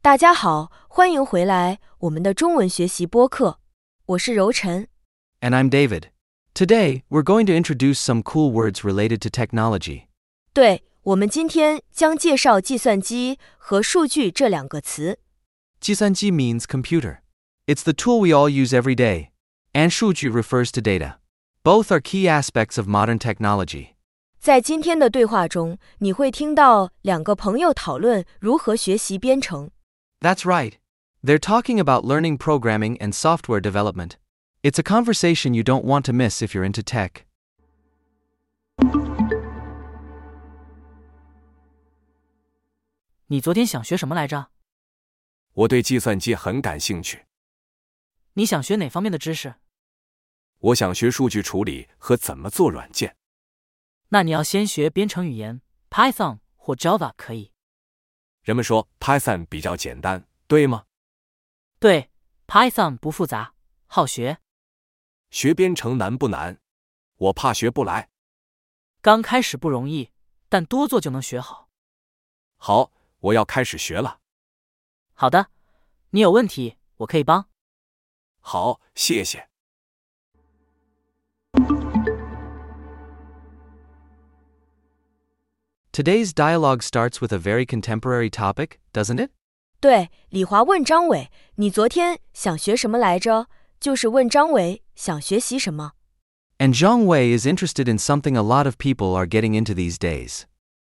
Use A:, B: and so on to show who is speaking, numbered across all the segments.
A: 大家好，欢迎回来我们的中文学习播客，我是柔晨。
B: And I'm David. Today, we're going to introduce some cool words related to technology.
A: 对，我们今天将介绍计算机和数据这两个词。
B: 计算机 means computer. It's the tool we all use every day. And 数据 refers to data. Both are key aspects of modern technology.
A: 在今天的对话中，你会听到两个朋友讨论如何学习编程。
B: That's right. They're talking about learning programming and software development. It's a conversation you don't want to miss if you're into tech.
C: 你昨天想学什么来着？
D: 我对计算机很感兴趣，
C: 你想学哪方面的知识？
D: 我想学数据处理和怎么做软件。
C: 那你要先学编程语言 Python 或 Java 可以。
D: 人们说 Python 比较简单，对吗？
C: 对，Python 不复杂，好学。
D: 学编程难不难？我怕学不来。
C: 刚开始不容易，但多做就能学好。
D: 好，我要开始学了。
C: 好的，你有问题我可以帮。
D: 好，谢谢。
B: Today's dialogue starts with a very contemporary topic, doesn't it?
A: 对，李华问张伟：“你昨天想学什么来着？”就是问张伟想学习什么。
B: And Zhang Wei is interested in something a lot of people are getting into these days.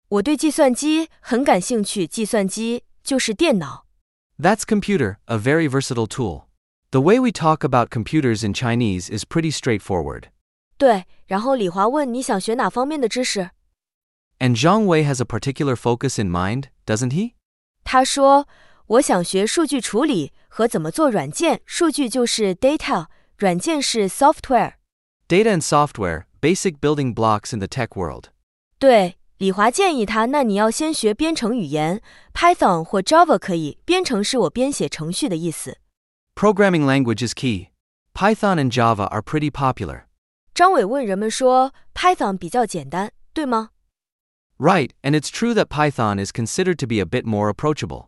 A: 我对计算机很感兴趣，计算机就是电脑。
B: That's computer, a very versatile tool. The way we talk about computers in Chinese is pretty straightforward.
A: 对，然后李华问你想学哪方面的知识？
B: And Zhang Wei has a particular focus in mind, doesn't he?
A: 他说：“我想学数据处理和怎么做软件。数据就是 data，软件是 software。
B: Data and software, basic building blocks in the tech world. ”
A: 对，李华建议他，那你要先学编程语言，Python 或 Java 可以。编程是我编写程序的意思。
B: Programming language is key. Python and Java are pretty popular.
A: 张伟问人们说：“Python 比较简单，对吗
B: Right, and it's true that Python is considered to be a bit more approachable.？”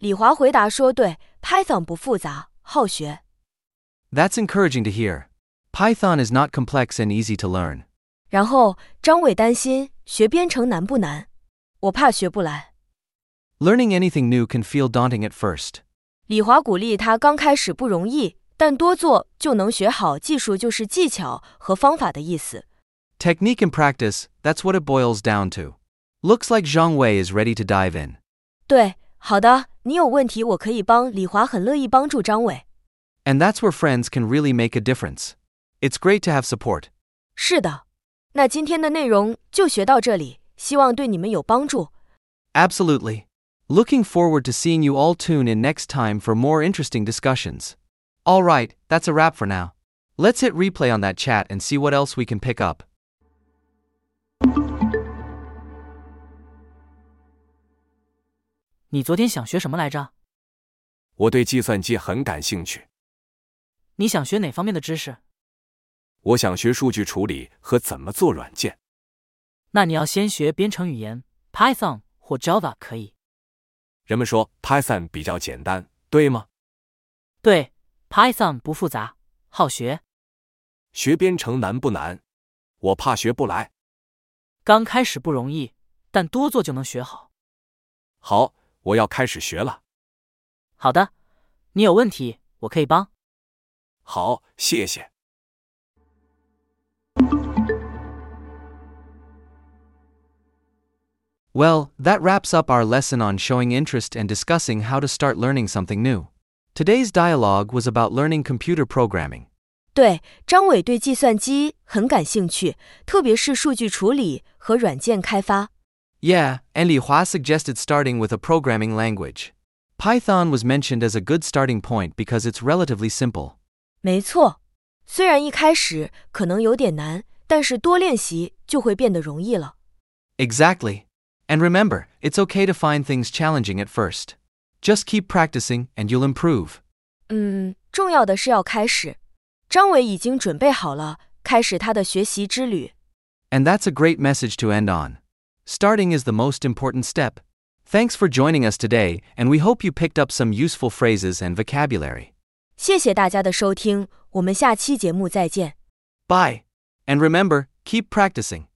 A: 李华回答说：“对，Python 不复杂，好学。
B: That's encouraging to hear. Python is not complex and easy to learn. ”
A: 然后张伟担心学编程难不难？我怕学不来。
B: Learning anything new can feel daunting at first.
A: 李华鼓励他刚开始不容易，但多做就能学好。技术就是技巧和方法的意思。
B: Technique and practice, that's what it boils down to. Looks like Zhang Wei is ready to dive in.
A: 对，好的，你有问题我可以帮。李华很乐意帮助张伟。
B: And that's where friends can really make a difference. It's great to have support.
A: 是的，那今天的内容就学到这里，希望对你们有帮助。
B: Absolutely. Looking forward to seeing you all tune in next time for more interesting discussions. All right, that's a wrap for now. Let's hit replay on that chat and see what else we can pick up.
C: 你昨天想学什么来着？
D: 我对计算机很感兴趣，
C: 你想学哪方面的知识？
D: 我想学数据处理和怎么做软件。
C: 那你要先学编程语言 Python 或 Java 可以。
D: 人们说 Python 比较简单，对吗？
C: 对，Python 不复杂，好学。
D: 学编程难不难？我怕学不来。
C: 刚开始不容易，但多做就能学好。
D: 好，我要开始学了。
C: 好的，你有问题我可以帮。
D: 好，谢谢。
B: Well, that wraps up our lesson on showing interest and discussing how to start learning something new. Today's dialogue was about learning computer programming.
A: 对，张伟对计算机很感兴趣，特别是数据处理和软件开发。
B: Yeah, and Li Hua suggested starting with a programming language. Python was mentioned as a good starting point because it's relatively simple.
A: 没错，虽然一开始可能有点难，但是多练习就会变得容易了。
B: Exactly. And remember, it's okay to find things challenging at first. Just keep practicing and you'll improve.
A: 嗯，重要的是要开始。张伟已经准备好了，开始他的学习之旅。
B: And that's a great message to end on. Starting is the most important step. Thanks for joining us today, and we hope you picked up some useful phrases and vocabulary.
A: 谢谢大家的收听，我们下期节目再见。
B: Bye! And remember, keep practicing.